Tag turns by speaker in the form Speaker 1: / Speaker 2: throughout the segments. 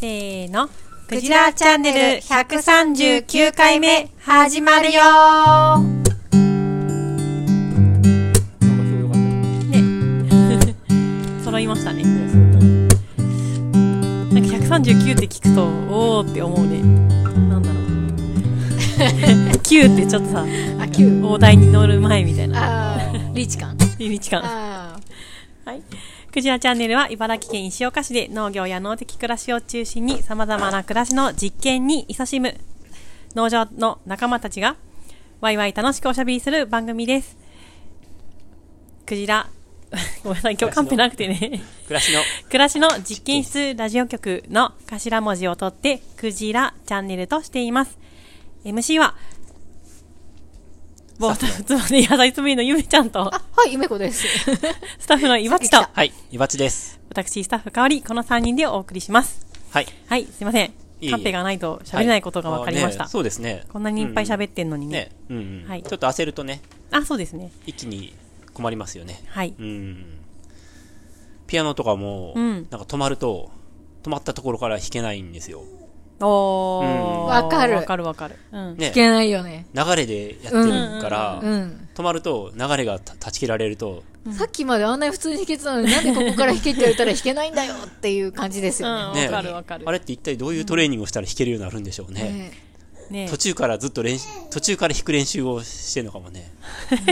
Speaker 1: せーの。クジラチャンネル139回目始まるよー
Speaker 2: なんか今日良かったね
Speaker 1: 揃いましたね。なんか139って聞くと、おーって思うね。なん だろう。9ってちょっとさ、
Speaker 3: あ、九。
Speaker 1: 大台に乗る前みたいな。
Speaker 3: あー リーチ感。
Speaker 1: リミチ感。
Speaker 3: あー
Speaker 1: はい。クジラチャンネルは茨城県石岡市で農業や農的暮らしを中心に様々な暮らしの実験に勤しむ農場の仲間たちがワイワイ楽しくおしゃべりする番組です。クジラ、ごめんなさい、今日カンペなくてね。
Speaker 2: 暮らしの
Speaker 1: 暮らしの実験室ラジオ局の頭文字を取ってクジラチャンネルとしています。MC は、某タフツまで野菜つぶりのゆめちゃんと、
Speaker 3: あ、はい、ゆめこです。
Speaker 1: スタッフのいばちと、
Speaker 2: はいいばちです
Speaker 1: 私、スタッフ代わり、この3人でお送りします。
Speaker 2: はい
Speaker 1: はい、すいません
Speaker 2: いえい。え
Speaker 1: カンペがないと喋れないことが分かりまし
Speaker 2: あ
Speaker 1: た。
Speaker 2: ねそうですね
Speaker 1: こんなにいっぱい喋ってんのに
Speaker 2: うん
Speaker 1: ね
Speaker 2: ね。うんうん
Speaker 1: はい
Speaker 2: ちょっと焦るとね
Speaker 1: あ、そうですね。
Speaker 2: 一気に困りますよね
Speaker 1: はい。
Speaker 2: うんピアノとかも
Speaker 1: うん
Speaker 2: なんか止まると止まったところから弾けないんですよ
Speaker 1: お
Speaker 2: う
Speaker 1: ー。
Speaker 2: ん
Speaker 3: わかる
Speaker 1: わかるわかる。うん。
Speaker 2: ね
Speaker 3: いけないよね。
Speaker 2: 流れでやってるから
Speaker 3: うん。
Speaker 2: 止まると流れがた断ち切られると
Speaker 3: さっきまであんなに普通に弾けてたのに、なんでここから弾けって言われたら弾けないんだよっていう感じですよ
Speaker 1: うん
Speaker 3: ね。
Speaker 2: ね
Speaker 1: わかるわかる
Speaker 2: あれって一体どういうトレーニングをしたら弾けるようになるんでしょうね
Speaker 3: ね
Speaker 1: ね
Speaker 2: 途中からずっと練習途中から弾く練習をしてるのかもね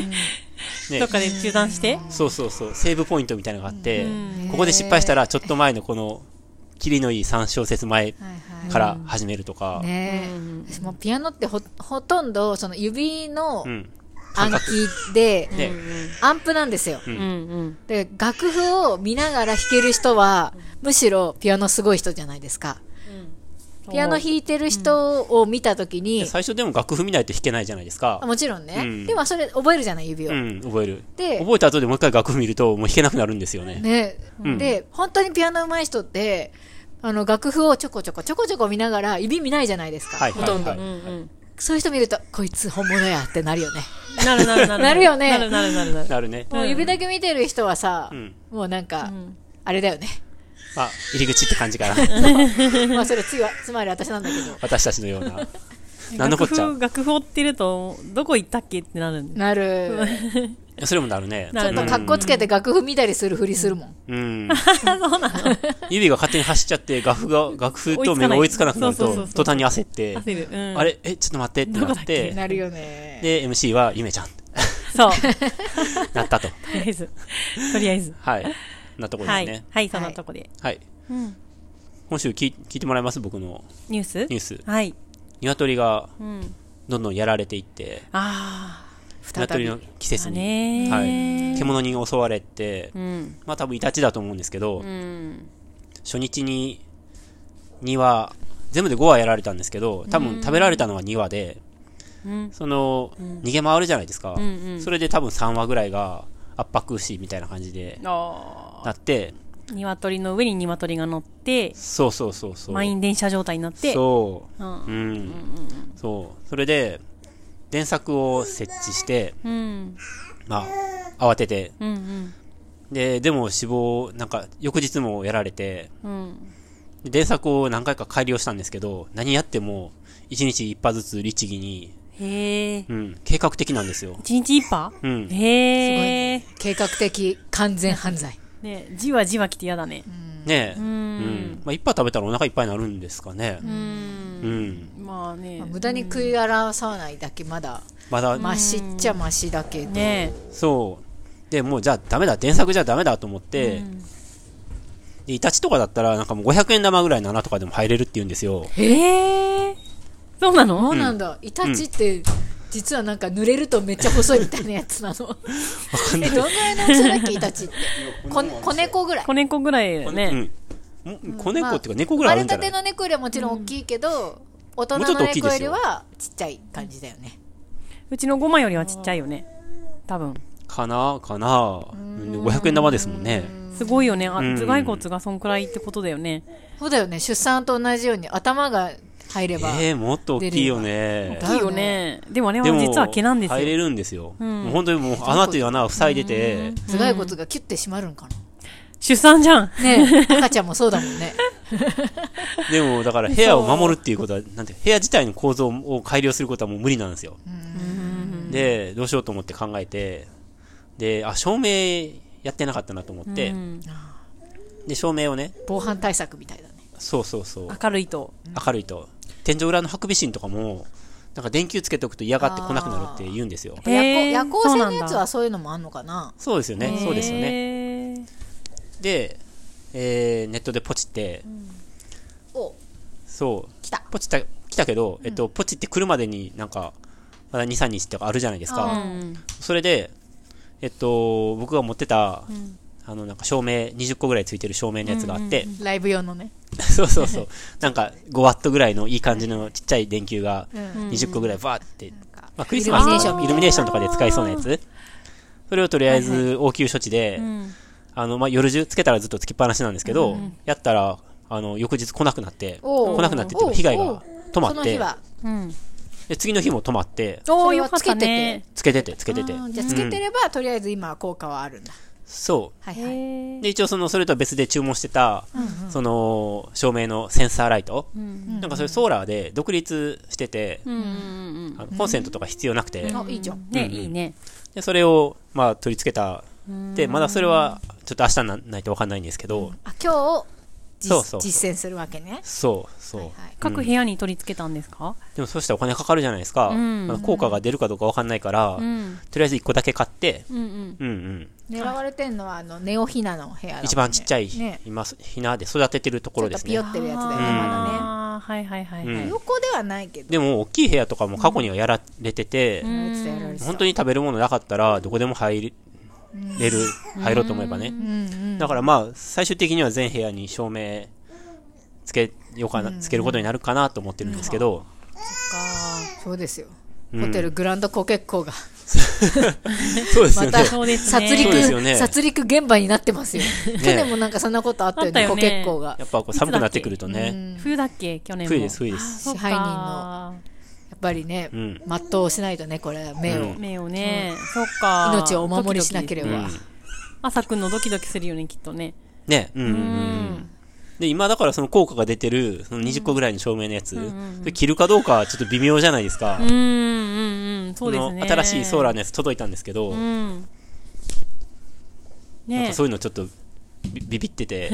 Speaker 2: ね
Speaker 1: どっかで中断して。
Speaker 2: そうそうそう、セーブポイントみたいなのがあって、
Speaker 1: うん
Speaker 2: ここで失敗したら、ちょっと前のこの、キリのいい3小節前
Speaker 3: はいはい。
Speaker 2: から始めるとか、
Speaker 3: ね
Speaker 1: うん
Speaker 3: え。私もうピアノってほ、ほとんど、その指の
Speaker 2: うん。
Speaker 3: 暗記で、
Speaker 2: ね、
Speaker 3: アンプなんですよ。
Speaker 1: うんうん。
Speaker 3: で、楽譜を見ながら弾ける人は、むしろピアノすごい人じゃないですか。ピアノ弾いてる人を見たときに、
Speaker 2: で最初でも楽譜見ないと弾けないじゃないです
Speaker 3: あ
Speaker 2: か。
Speaker 3: もちろんね、
Speaker 2: うん
Speaker 3: でもそれ覚えるじゃない指を、
Speaker 2: うん、覚える。
Speaker 3: で
Speaker 2: 覚えた後でもう一回楽譜見ると、もう弾けなくなるんですよね。
Speaker 3: ね、
Speaker 2: うん
Speaker 3: で本当にピアノ上手い人ってあの楽譜をちょこちょこちょこちょこ見ながら指見ないじゃないですか、
Speaker 2: はい、
Speaker 3: ほ
Speaker 2: はい、
Speaker 3: とんど、
Speaker 2: はい。
Speaker 1: うんうん。
Speaker 3: そういう人見るとこいつ本物やってなるよね、
Speaker 1: なるなるなる。
Speaker 3: なるよね
Speaker 1: なるなるなるなる。
Speaker 2: なるね。
Speaker 1: うん
Speaker 3: もう指だけ見てる人はさ、
Speaker 2: うん
Speaker 3: もうなんか、
Speaker 1: ん
Speaker 3: あれだよね
Speaker 2: まあ、入り口って感じかな。
Speaker 3: まあそれつわつまり私なんだけど
Speaker 2: 私たちのような。なんのこ
Speaker 1: 楽
Speaker 2: っち
Speaker 1: 譜、楽譜追ってると、どこ行ったっけってなるんで。
Speaker 3: なる
Speaker 2: ゃ。それもなるね。
Speaker 1: なるなる
Speaker 3: かっこつけて楽譜見たりするふりするもん、
Speaker 2: うん。
Speaker 1: あ そうなの
Speaker 2: 指が勝手に走っちゃって、楽譜が、楽譜と目が追いつかなくな
Speaker 1: 追
Speaker 2: る
Speaker 1: いつかないそうそうそう
Speaker 2: と、
Speaker 1: そう
Speaker 2: 途端に焦って、
Speaker 1: 焦る。うん。
Speaker 2: あれえ、ちょっと待ってってな
Speaker 1: どこだ
Speaker 2: っ
Speaker 1: っけ
Speaker 2: て、
Speaker 3: なるよね
Speaker 2: で、MC はゆめちゃん、
Speaker 1: そう。
Speaker 2: なったと。
Speaker 1: とりあえず。とりあえず。
Speaker 2: はい。なところ
Speaker 1: は
Speaker 2: です
Speaker 1: い
Speaker 2: ね。。
Speaker 1: はい、そんなとこで。
Speaker 2: はい。
Speaker 1: うん
Speaker 2: 今週聞い聞いてもらいます僕の
Speaker 1: ニュース
Speaker 2: ニュース。
Speaker 1: はい。
Speaker 2: 鶏が
Speaker 1: うん。
Speaker 2: どんどんやられていって、
Speaker 1: あ
Speaker 3: 再
Speaker 2: 鶏
Speaker 3: び
Speaker 2: の季
Speaker 1: あ。
Speaker 2: 節に、
Speaker 1: ね
Speaker 2: はい。
Speaker 1: ー
Speaker 2: 獣に襲われて、
Speaker 1: うん。
Speaker 2: まあ多分イタチだと思うんですけど、
Speaker 1: うん。
Speaker 2: 初日に2羽、全部で5羽やられたんですけど、多分食べられたのは2羽で、
Speaker 1: うん。
Speaker 2: その、逃げ回るじゃないですか。
Speaker 1: んうん
Speaker 2: それで多分3羽ぐらいが圧迫しみたいな感じで
Speaker 1: あ
Speaker 2: なって、
Speaker 1: ー鶏の上に鶏が乗って、
Speaker 2: そうそうそうそう。
Speaker 1: 満員電車状態になって、
Speaker 2: そう。
Speaker 1: うん。
Speaker 2: うん、そうそれで電柵を設置して
Speaker 1: うん。
Speaker 2: まあ慌てて
Speaker 1: うん。うん。
Speaker 2: ででも死亡なんか翌日もやられて
Speaker 1: うん。
Speaker 2: で電柵を何回か改良したんですけど何やっても1日1発ずつ律儀に、
Speaker 1: へえ。
Speaker 2: うん、計画的なんですよ、
Speaker 1: 一日一波
Speaker 2: うん、
Speaker 1: へえ。
Speaker 3: 計画的完全犯罪
Speaker 1: ねじわじわ来て嫌だね。
Speaker 2: ねえ、う
Speaker 1: うんん。
Speaker 2: まあ、1杯食べたらお腹いっぱいになるんですかね
Speaker 1: う。
Speaker 2: うんん
Speaker 1: まあね
Speaker 3: まあ。無駄に食い荒らさないだけまだ
Speaker 2: まだ、
Speaker 3: マシっちゃマシだけど、
Speaker 1: ね
Speaker 2: そうでもうじゃあダメだ電柵じゃダメだと思って、でイタチとかだったらなんかもう500円玉ぐらいの穴とかでも入れるって言うんですよ
Speaker 1: へえ。そうなの
Speaker 3: そうなんだ、イタチって実はなんか濡れるとめっちゃ細いみたいなやつなのえどんぐらいの大きさだっけイタチってこ子猫ぐらい
Speaker 1: 子猫ぐらいだよね。
Speaker 2: うんも。子猫っていうか猫ぐらいあるんじゃない、
Speaker 3: まあ生まれたての猫よりはもちろん大きいけど、大人
Speaker 2: もうちょっ
Speaker 3: の
Speaker 2: と大きい
Speaker 3: 猫
Speaker 2: で
Speaker 3: よ
Speaker 2: す
Speaker 3: り
Speaker 2: よ
Speaker 3: はちっちゃい感じだよね
Speaker 1: うちのゴマよりはちっちゃいよね。多分。
Speaker 2: かなかなうん500円玉ですもんね。
Speaker 1: すごいよね。あ
Speaker 2: うん
Speaker 1: 頭蓋骨がそんくらいってことだよね。
Speaker 3: そうだよね出産と同じように頭が入れば、
Speaker 2: えー、もっと大きいよね
Speaker 3: 出。
Speaker 1: 大きいよね。でもあれは実は毛なんです
Speaker 2: 入れ
Speaker 1: よ。
Speaker 2: るんですよ。
Speaker 1: ん
Speaker 2: もう本当にもう穴という穴を塞いでて、
Speaker 3: 頭蓋骨がキュッて締まるんかな、
Speaker 1: 出産じゃん。
Speaker 3: ねえ赤ちゃんもそうだもんね
Speaker 2: でも、だから部屋を守るっていうことは、なんていうか部屋自体の構造を改良することはもう無理なんですよ。で、どうしようと思って考えて、で、あ、照明やってなかったなと思って、
Speaker 1: うん
Speaker 2: で、照明をね、
Speaker 3: 防犯対策みたいだね。
Speaker 2: そうそうそう、
Speaker 1: 明るいと。
Speaker 2: 明るいと。天井裏のハクビシンとかも、なんか電球つけておくと嫌がって来なくなるって言うんですよ。
Speaker 1: へー
Speaker 3: 夜行夜行性のやつ
Speaker 1: そうなんだ
Speaker 3: はそういうのもあんのかな
Speaker 2: そうですよね、そうですよね。
Speaker 1: ね。
Speaker 2: で、えーネットでポチって、
Speaker 3: お
Speaker 2: そう、
Speaker 3: 来た
Speaker 2: ポチった、来たけど、えっと、ポチって来るまでになんか、まだ2、3日とかあるじゃないです
Speaker 1: う
Speaker 2: か。
Speaker 1: ん。
Speaker 2: それで、えっと、僕が持ってた、あの、なんか照明、20個ぐらいついてる照明のやつがあって、
Speaker 3: ライブ用のね。
Speaker 2: そうそうそう、なんか5ワットぐらいのいい感じのちっちゃい電球が、
Speaker 3: うん
Speaker 2: 20個ぐらいバーって、
Speaker 3: なんか
Speaker 2: まあ、クリスマス
Speaker 3: イルミネー
Speaker 2: の
Speaker 3: ションみたいな
Speaker 2: イルミネーションとかで使いそうなやつそれをとりあえず応急処置で、あの、まあ、夜中つけたらずっとつきっぱなしなんですけど、やったら、あの、翌日来なくなって、
Speaker 3: おう
Speaker 2: 来なくなってっていうか被害
Speaker 3: おう
Speaker 2: が止ま
Speaker 3: その
Speaker 2: っ
Speaker 3: 日
Speaker 2: て、
Speaker 3: は。
Speaker 1: うん。
Speaker 2: で、次の日も止まって、
Speaker 1: お
Speaker 3: そ
Speaker 1: ー、
Speaker 3: れ
Speaker 1: よ
Speaker 3: は
Speaker 1: かったね。
Speaker 2: つけてて、つけてて。
Speaker 3: あーじゃあつけて
Speaker 2: うん
Speaker 3: れば、とりあえず今は効果はあるんだ。
Speaker 2: そ
Speaker 3: はいはい。
Speaker 1: へ
Speaker 2: う。
Speaker 1: ー
Speaker 2: で、一応その、それとは別で注文してた、その、照明のセンサーライト、
Speaker 1: うん
Speaker 2: なんかそれソーラーで独立してて、
Speaker 1: うんうん
Speaker 2: あのコンセントとか必要なくて、
Speaker 3: あ、いいじゃ
Speaker 1: うん
Speaker 3: ん。。
Speaker 1: ね、いいね。
Speaker 2: でそれを、まあ、取り付けた。で、まだそれは、ちょっと明日になないとわかんないんですけど、
Speaker 3: あ、今日
Speaker 2: そう
Speaker 3: 実
Speaker 2: そう
Speaker 3: 実践するわけね。
Speaker 2: そう、そう。
Speaker 3: はいはい
Speaker 1: 各部屋に取り付けたんですか
Speaker 2: でもそうしたらお金かかるじゃないですか。
Speaker 1: ん
Speaker 2: まあ効果が出るかどうかわかんないから、
Speaker 1: ん。
Speaker 2: とりあえず1個だけ買って、
Speaker 1: うんうん。
Speaker 2: うんうん。
Speaker 3: 狙われてんのは、あの、ネオヒナの部屋だもんね
Speaker 2: 一番ちっちゃい、
Speaker 3: ね。
Speaker 2: 今、ひなで育ててるところです
Speaker 3: ちょっ
Speaker 2: ね
Speaker 3: と。ピヨってるやつだよね、ま
Speaker 1: あーはいはいはいは
Speaker 3: だ
Speaker 1: い
Speaker 3: ね。。横ではないけど。
Speaker 2: でも、大きい部屋とかも過去にはやられて
Speaker 3: や
Speaker 2: て、
Speaker 3: られてたやられてた
Speaker 2: 本当に食べるものなかったら、どこでも入れる、入ろうと思えばね。
Speaker 3: うん
Speaker 2: だからまあ、最終的には全部屋に照明つけようかな、つけることになるかなと思ってるんですけど、
Speaker 3: そうですよ。
Speaker 2: うん
Speaker 3: ホテルグランドコケッコ ーが、
Speaker 2: そうですよ
Speaker 3: ま
Speaker 2: ね
Speaker 3: た。
Speaker 1: そうですね
Speaker 3: 殺
Speaker 2: そうですよ
Speaker 3: 戮、
Speaker 2: ね
Speaker 3: 殺戮現場になってますよ。去 年もなんかそんなことあった
Speaker 1: あ
Speaker 3: よね、
Speaker 1: ったよ
Speaker 3: コ
Speaker 1: ね
Speaker 3: ケッコーが。
Speaker 2: やっぱこう寒くなってくるとね。
Speaker 1: 冬だっけ去年も。
Speaker 2: 冬です、冬です。
Speaker 1: そうか
Speaker 3: 支配人のやっぱりね、
Speaker 2: うん
Speaker 3: 全うしないとね、これ、目を、
Speaker 1: 目をね、そっか。
Speaker 3: 命をお守りしなければ。
Speaker 1: ドキドキ
Speaker 2: うん
Speaker 1: 朝くんのドキドキするよね、きっとね。
Speaker 2: ね、うんうんうんで、今だからその効果が出てる、その20個ぐらいの照明のやつ、それ着るかどうかはちょっと微妙じゃないですか。
Speaker 1: うんうんうん。そうですね。
Speaker 2: の新しいソーラーのやつ届いたんですけど、
Speaker 1: うん。
Speaker 2: なん
Speaker 1: ね
Speaker 2: かそういうのちょっとビビビってて、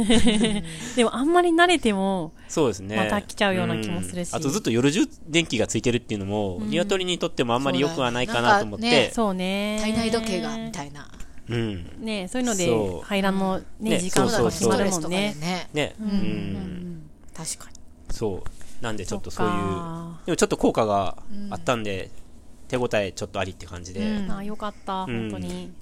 Speaker 1: でもあんまり慣れても、
Speaker 2: そうですね。
Speaker 1: また来ちゃうような気もするし
Speaker 2: んあとずっと夜中電気がついてるっていうのも、鶏にとってもあんまり良くはないかなと思っ
Speaker 3: そうだね
Speaker 2: て、
Speaker 1: そうね。
Speaker 3: 体内時計が、みたいな。
Speaker 2: うん。
Speaker 1: ねそういうの
Speaker 2: そ
Speaker 1: で
Speaker 2: う
Speaker 1: 排卵のね、
Speaker 2: ね
Speaker 1: 時
Speaker 2: そ
Speaker 1: 間
Speaker 2: う
Speaker 1: と
Speaker 2: そ
Speaker 1: か決ま
Speaker 3: スト
Speaker 2: うそう
Speaker 1: る
Speaker 3: レ
Speaker 1: も
Speaker 3: ス
Speaker 1: ん
Speaker 3: とかで
Speaker 1: ね。
Speaker 3: ね。
Speaker 2: ね、うん。
Speaker 3: 確かに。
Speaker 2: そう。なんでちょっとそういう
Speaker 1: そっか、
Speaker 2: でもちょっと効果があったんで、手応えちょっとありって感じで、
Speaker 3: うん
Speaker 1: ああ、よかった、
Speaker 2: ん
Speaker 1: 本当に。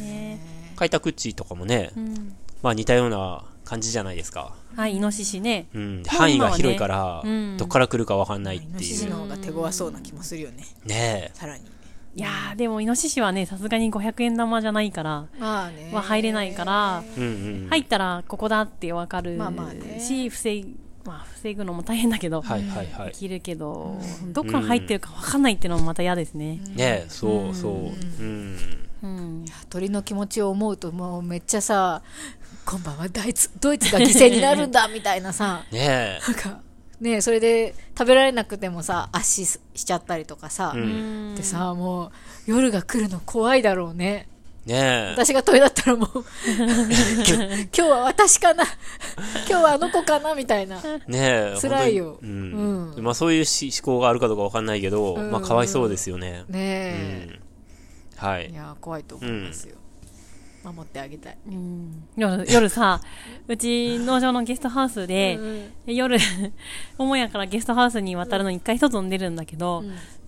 Speaker 1: ね
Speaker 2: 開拓地とかもね、
Speaker 1: うん
Speaker 2: まあ似たような感じじゃないですか。
Speaker 1: はい、イノシシね。
Speaker 2: うん、範囲が広いから、
Speaker 1: うん
Speaker 2: どっから来るかわかんないっ
Speaker 3: イノ
Speaker 2: て
Speaker 3: シ
Speaker 2: い
Speaker 3: シ
Speaker 2: う。
Speaker 3: の方が手強そうな気もするよね、
Speaker 2: ね
Speaker 3: さらに。
Speaker 1: いやー、でもイノシシはね、さすがに500円玉じゃないから、
Speaker 3: まあね。
Speaker 1: は入れないから、
Speaker 2: え。うんうん。
Speaker 1: 入ったらここだってわかる
Speaker 3: まあまあね
Speaker 1: し、防い、まあ防ぐのも大変だけど、
Speaker 2: はいはいはい
Speaker 1: で。きるけど、どっから入ってるかわかんないってのもまた嫌ですね。
Speaker 2: ねえ、そうそう。うん。
Speaker 1: うん。
Speaker 3: 鳥の気持ちを思うと、もうめっちゃさ、今晩はドイツドイツが犠牲になるんだ、みたいなさ。
Speaker 2: ねえ。
Speaker 3: なんか、ねそれで食べられなくてもさ、圧死しちゃったりとかさ、
Speaker 2: ん
Speaker 3: でさ、もう夜が来るの怖いだろうね。
Speaker 2: ねえ。
Speaker 3: 私が鳥だったらも う、今日は私かな、今日はあの子かな、みたいな。
Speaker 2: ねえ。
Speaker 3: 辛いよ
Speaker 2: 本当にうん。まあそういうし思考があるかどうかわかんないけど、まあかわいそうですよね。
Speaker 3: ね
Speaker 2: うん。は
Speaker 3: え。い
Speaker 2: い。
Speaker 3: や、怖いと思いますよ。守ってあげたい。
Speaker 1: 夜、夜さ、うち農場のゲストハウスで、夜、母屋からゲストハウスに渡るのに一回外に出るんだけど、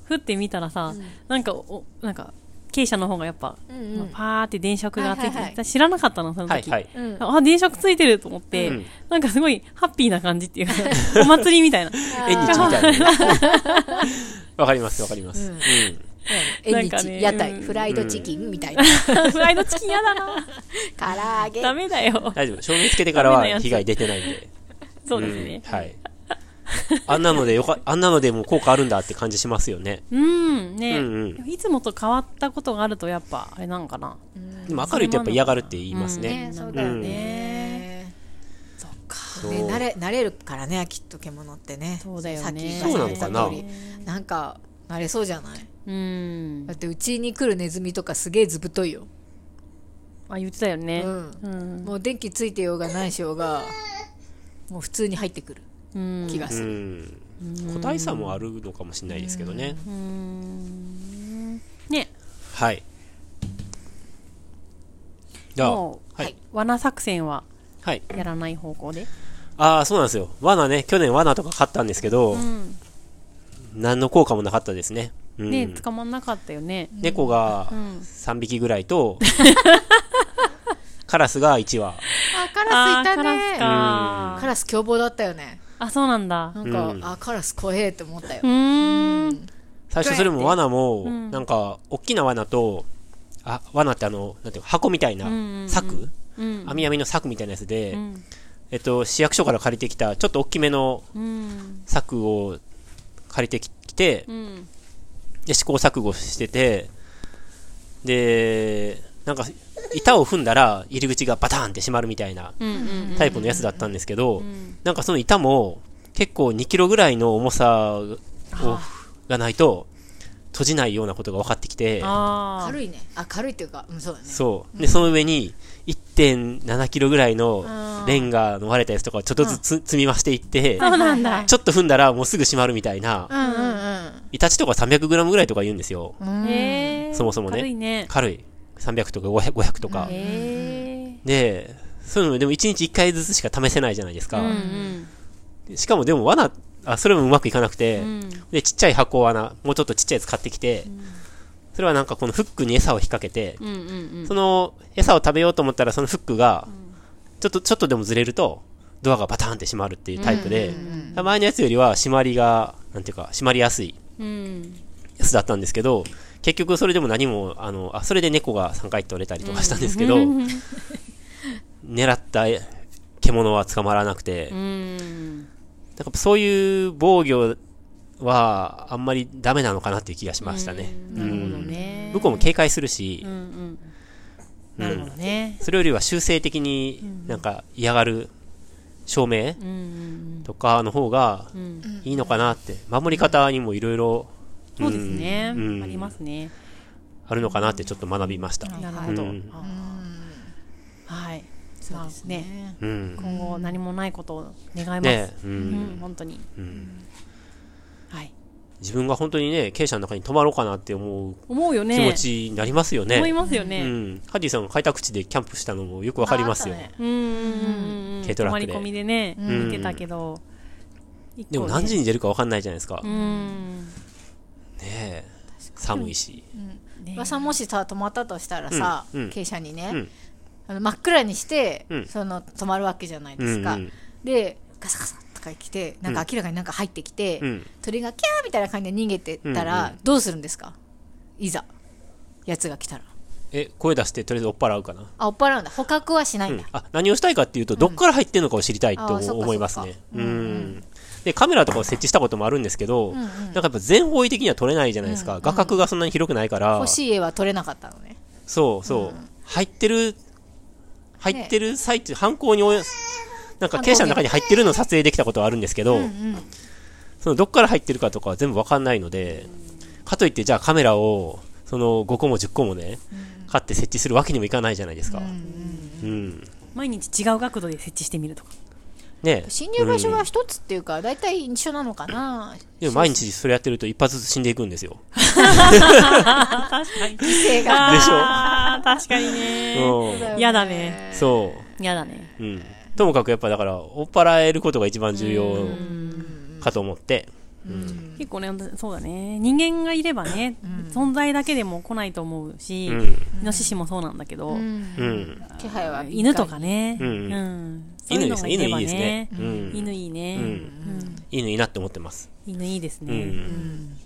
Speaker 1: ふって見たらさ、なんか、お、なんか、傾斜の方がやっぱ、
Speaker 3: うんうん
Speaker 1: パーって電飾がついてて、
Speaker 3: はいはいはい
Speaker 1: 知らなかったの、その
Speaker 2: はい
Speaker 1: 時。
Speaker 2: はい。
Speaker 3: うん
Speaker 1: あ、電飾ついてると思って、
Speaker 2: うん
Speaker 1: なんかすごいハッピーな感じっていうか、 お祭りみたいな。
Speaker 2: 縁日みたいなね。わかりますわかります。うん。
Speaker 3: 縁
Speaker 1: なんか
Speaker 3: 日、
Speaker 1: ね
Speaker 3: 屋
Speaker 1: う
Speaker 3: 台、
Speaker 1: ん
Speaker 3: フライドチキンみたいな。
Speaker 1: フライドチキン嫌だな。
Speaker 3: 唐揚げ。
Speaker 1: ダメだよ。
Speaker 2: 大丈夫。照明つけてからは
Speaker 1: ダメなやつ
Speaker 2: 被害出てないんで。
Speaker 1: そうですね。
Speaker 2: うんはい。あんなのでよか、あんなのでもう効果あるんだって感じしますよね。
Speaker 1: うん、ね、
Speaker 2: うんうん
Speaker 1: いつもと変わったことがあるとやっぱ、あれなのかな。
Speaker 2: でも明るいとやっぱ嫌がるって言いますね。
Speaker 3: ねそうだよね。
Speaker 1: そっか。
Speaker 2: そう
Speaker 3: ね、慣れ慣れるからねきっと獣ってね
Speaker 1: そうだよね
Speaker 3: さっき言
Speaker 2: そうな
Speaker 3: っ
Speaker 2: の
Speaker 3: て
Speaker 2: か
Speaker 3: た
Speaker 2: な
Speaker 3: 通りなんか慣れそうじゃない
Speaker 1: うん
Speaker 3: だ。ってうちに来るネズミとかすげえずぶといよ、
Speaker 1: あ、言ってたよね。
Speaker 3: うん
Speaker 1: うん。
Speaker 3: もう電気ついてようがないしようがもう普通に入ってくる
Speaker 1: うん。
Speaker 3: 気がす
Speaker 2: う
Speaker 3: る、
Speaker 2: ん個体差もあるのかもしれないですけどね、
Speaker 1: うんね、
Speaker 2: はいじゃあは
Speaker 1: もう、
Speaker 2: い、
Speaker 1: 罠作戦は
Speaker 2: はい、
Speaker 1: やらない方向で。
Speaker 2: ああそうなんですよ罠ね去年罠とか買ったんですけど、
Speaker 1: うん。
Speaker 2: 何の効果もなかったですね、うん
Speaker 1: ね、捕まんなかったよね。
Speaker 2: 猫が
Speaker 1: ん
Speaker 2: 3匹ぐらい と、カラスが1羽
Speaker 3: あカ
Speaker 1: あ
Speaker 3: ラ
Speaker 1: ー
Speaker 3: スいた
Speaker 1: カラス
Speaker 3: ね
Speaker 1: か
Speaker 3: カラス凶暴だったよね
Speaker 1: あ、そうなんだ。
Speaker 3: なんか、
Speaker 2: うん
Speaker 3: あカラス怖えって思ったよ
Speaker 1: う、ーん。
Speaker 2: 最初それも罠も、
Speaker 1: ん
Speaker 2: なんか大きな罠とあ罠ってあのなんていうか箱みたいな
Speaker 1: うんうんうん
Speaker 2: 柵、
Speaker 1: うん。
Speaker 2: 網網の柵みたいなやつで、
Speaker 1: うん。
Speaker 2: えっと、市役所から借りてきたちょっと大きめの
Speaker 1: うん。
Speaker 2: 柵を借りてきて、
Speaker 1: うん。
Speaker 2: で試行錯誤しててでなんか板を踏んだら入り口がバタンって閉まるみたいな
Speaker 1: うん。うん。
Speaker 2: タイプのやつだったんですけど、
Speaker 1: ん
Speaker 2: なんかその板も結構2キロぐらいの重さをがないと閉じないようなことが分かってきて
Speaker 1: あ
Speaker 3: 軽いねあ軽いっていうか、うん、そうだね
Speaker 2: そうでその上に1.7キロぐらいの
Speaker 1: あー
Speaker 2: レンガの割れたやつとかをちょっとずつ積み増していって
Speaker 1: あ。そうなんだ。
Speaker 2: ちょっと踏んだらもうすぐ閉まるみたいな
Speaker 3: うんうん
Speaker 2: イタチとか 300g ぐらいとか言うんですよ
Speaker 3: うんうん
Speaker 1: へえ。
Speaker 2: そもそもね
Speaker 1: 軽いね。
Speaker 2: 軽い300とか 500, 500とか
Speaker 1: へえ。
Speaker 2: でそういうのでも1日1回ずつしか試せないじゃないですか
Speaker 1: うん。うん。
Speaker 2: しかもでも罠あそれもうまくいかなくて、
Speaker 1: うん
Speaker 2: でちっちゃい箱罠もうちょっとちっちゃいやつ買ってきて、それはなんかこのフックに餌を引っ掛けて、
Speaker 1: うんうん
Speaker 2: その餌を食べようと思ったらそのフックがちょっとちょっとでもずれるとドアがバタンって閉まるっていうタイプで、前のやつよりは締まりがなんていうか締まりやすい
Speaker 1: うんうん
Speaker 2: やつだったんですけど結局それでも何もあのあそれで猫が3回取れたりとかしたんですけど、狙った獣は捕まらなくて、
Speaker 1: うん
Speaker 2: だからそういう防御はあんまりダメなのかなっていう気がしましたね。
Speaker 1: なるほどね
Speaker 2: うん向こうも警戒するし、
Speaker 1: うんうんなるほどね
Speaker 2: それよりは修正的になんか嫌がる照明
Speaker 1: うん
Speaker 2: とかの方が
Speaker 1: うんうん
Speaker 2: いいのかなって、守り方にもいろいろ
Speaker 1: そうですね
Speaker 2: うん
Speaker 1: ありますね
Speaker 2: あるのかなってちょっと学びました。
Speaker 1: なるほど
Speaker 2: うん
Speaker 1: あーはいそうですね
Speaker 2: うん。
Speaker 1: 今後何もないことを願います
Speaker 2: ねえ、う
Speaker 1: うんん本当に
Speaker 2: うん
Speaker 1: はい
Speaker 2: 自分が本当にね、経営者の中に泊まろうかなって思う
Speaker 1: 思うよね
Speaker 2: 気持ちになりますよね。
Speaker 1: 思いますよ
Speaker 2: う
Speaker 1: ね
Speaker 2: ん。ハディさんが開拓地でキャンプしたのもよくわかりますよ。
Speaker 3: ああったね
Speaker 1: うんうんうんうん
Speaker 2: 軽トラックで
Speaker 1: 泊まり込みでね
Speaker 3: うん
Speaker 1: 見てたけど
Speaker 2: でも何時
Speaker 1: に
Speaker 2: に出るかわかんないじゃないですか。
Speaker 1: う
Speaker 2: ね
Speaker 1: ん
Speaker 2: え。寒いし。
Speaker 1: ね
Speaker 3: まあさもしさ泊まったとしたらさ、
Speaker 2: うんうん
Speaker 3: 傾斜にね、
Speaker 2: うん
Speaker 3: あの真っ暗にして、
Speaker 2: うん
Speaker 3: その泊まるわけじゃないですか、
Speaker 2: うんうん
Speaker 3: でガサガサとか来てなんか明らかになんか入ってきて、
Speaker 2: うん
Speaker 3: 鳥がキャーみたいな感じで逃げてった
Speaker 2: うん
Speaker 3: らどうするんですかいざやつが来たら
Speaker 2: え、声出してとりあえず追っ払うかな。
Speaker 3: あ追っ払うんだ捕獲はしない
Speaker 2: うんん
Speaker 3: だ、
Speaker 2: あ、何をしたいかっていうと、どっから入ってんのかを知りたいと
Speaker 3: あーそっか
Speaker 2: 思います
Speaker 3: そっ。
Speaker 2: ねう
Speaker 3: か
Speaker 2: ん。で、カメラとかを設置したこともあるんですけ
Speaker 3: ん
Speaker 2: ど、
Speaker 3: うん
Speaker 2: なんかやっぱ全方位的には撮れないじゃないですか。画角がそんなに広くないから
Speaker 3: 欲、しい絵は取れなかったのね
Speaker 2: そうそう。入ってる、入ってる最中、犯行におよ、なんか傾斜の中に入ってるのを撮影できたことはあるんですけど、そのどっから入ってるかとかは全部わかんないので、かといってじゃあカメラを、その5個も10個もね、買って設置するわけにもいかないじゃないですか。うん。
Speaker 1: 毎日違う角度で設置してみるとか
Speaker 2: ね
Speaker 3: 侵入場所
Speaker 2: うん
Speaker 3: は一つっていうか大体一緒なのかな
Speaker 2: でも毎日それやってると一発ずつ死んでいくんですよ。
Speaker 1: 確かに。
Speaker 3: 性が
Speaker 2: でしょ
Speaker 1: あー確かにね。
Speaker 2: う
Speaker 1: 嫌だね。
Speaker 2: ん。そ
Speaker 1: 嫌だね。
Speaker 2: う。うん。ともかくやっぱだから、追っ払えることが一番重要かと思って。
Speaker 1: 結構ね、そうだね。人間がいればね、存在だけでも来ないと思うし、
Speaker 2: う
Speaker 1: イ
Speaker 2: ん。
Speaker 1: ノシシもそうなんだけど、
Speaker 2: うん。
Speaker 3: 気配は
Speaker 1: 犬とかね。
Speaker 2: う
Speaker 1: うんん。そう
Speaker 2: 犬
Speaker 1: いう
Speaker 2: で
Speaker 1: の
Speaker 2: す
Speaker 1: が
Speaker 2: ね。
Speaker 1: い
Speaker 2: 犬
Speaker 1: れ
Speaker 2: い
Speaker 1: ば
Speaker 2: いですね
Speaker 1: ね。。
Speaker 2: うん。
Speaker 1: 犬いいね。
Speaker 2: う
Speaker 1: うんん
Speaker 2: 犬いいなって思ってます。
Speaker 1: 犬いいです
Speaker 2: う
Speaker 1: ね。
Speaker 2: ん。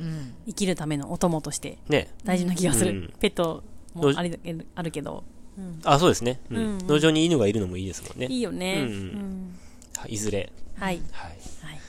Speaker 3: 嗯
Speaker 1: 生きるためのお供として
Speaker 2: ね。
Speaker 1: 大事な気がす
Speaker 2: う
Speaker 1: る
Speaker 2: ん。
Speaker 1: ペットもありあるけど、
Speaker 2: あ、そうですね。う
Speaker 1: うん
Speaker 2: ん。農場に犬がいるのもいいですもんね
Speaker 1: い。いよね。
Speaker 2: う
Speaker 1: うんん
Speaker 2: はいいずれ。
Speaker 1: はい。
Speaker 2: はい。
Speaker 1: はい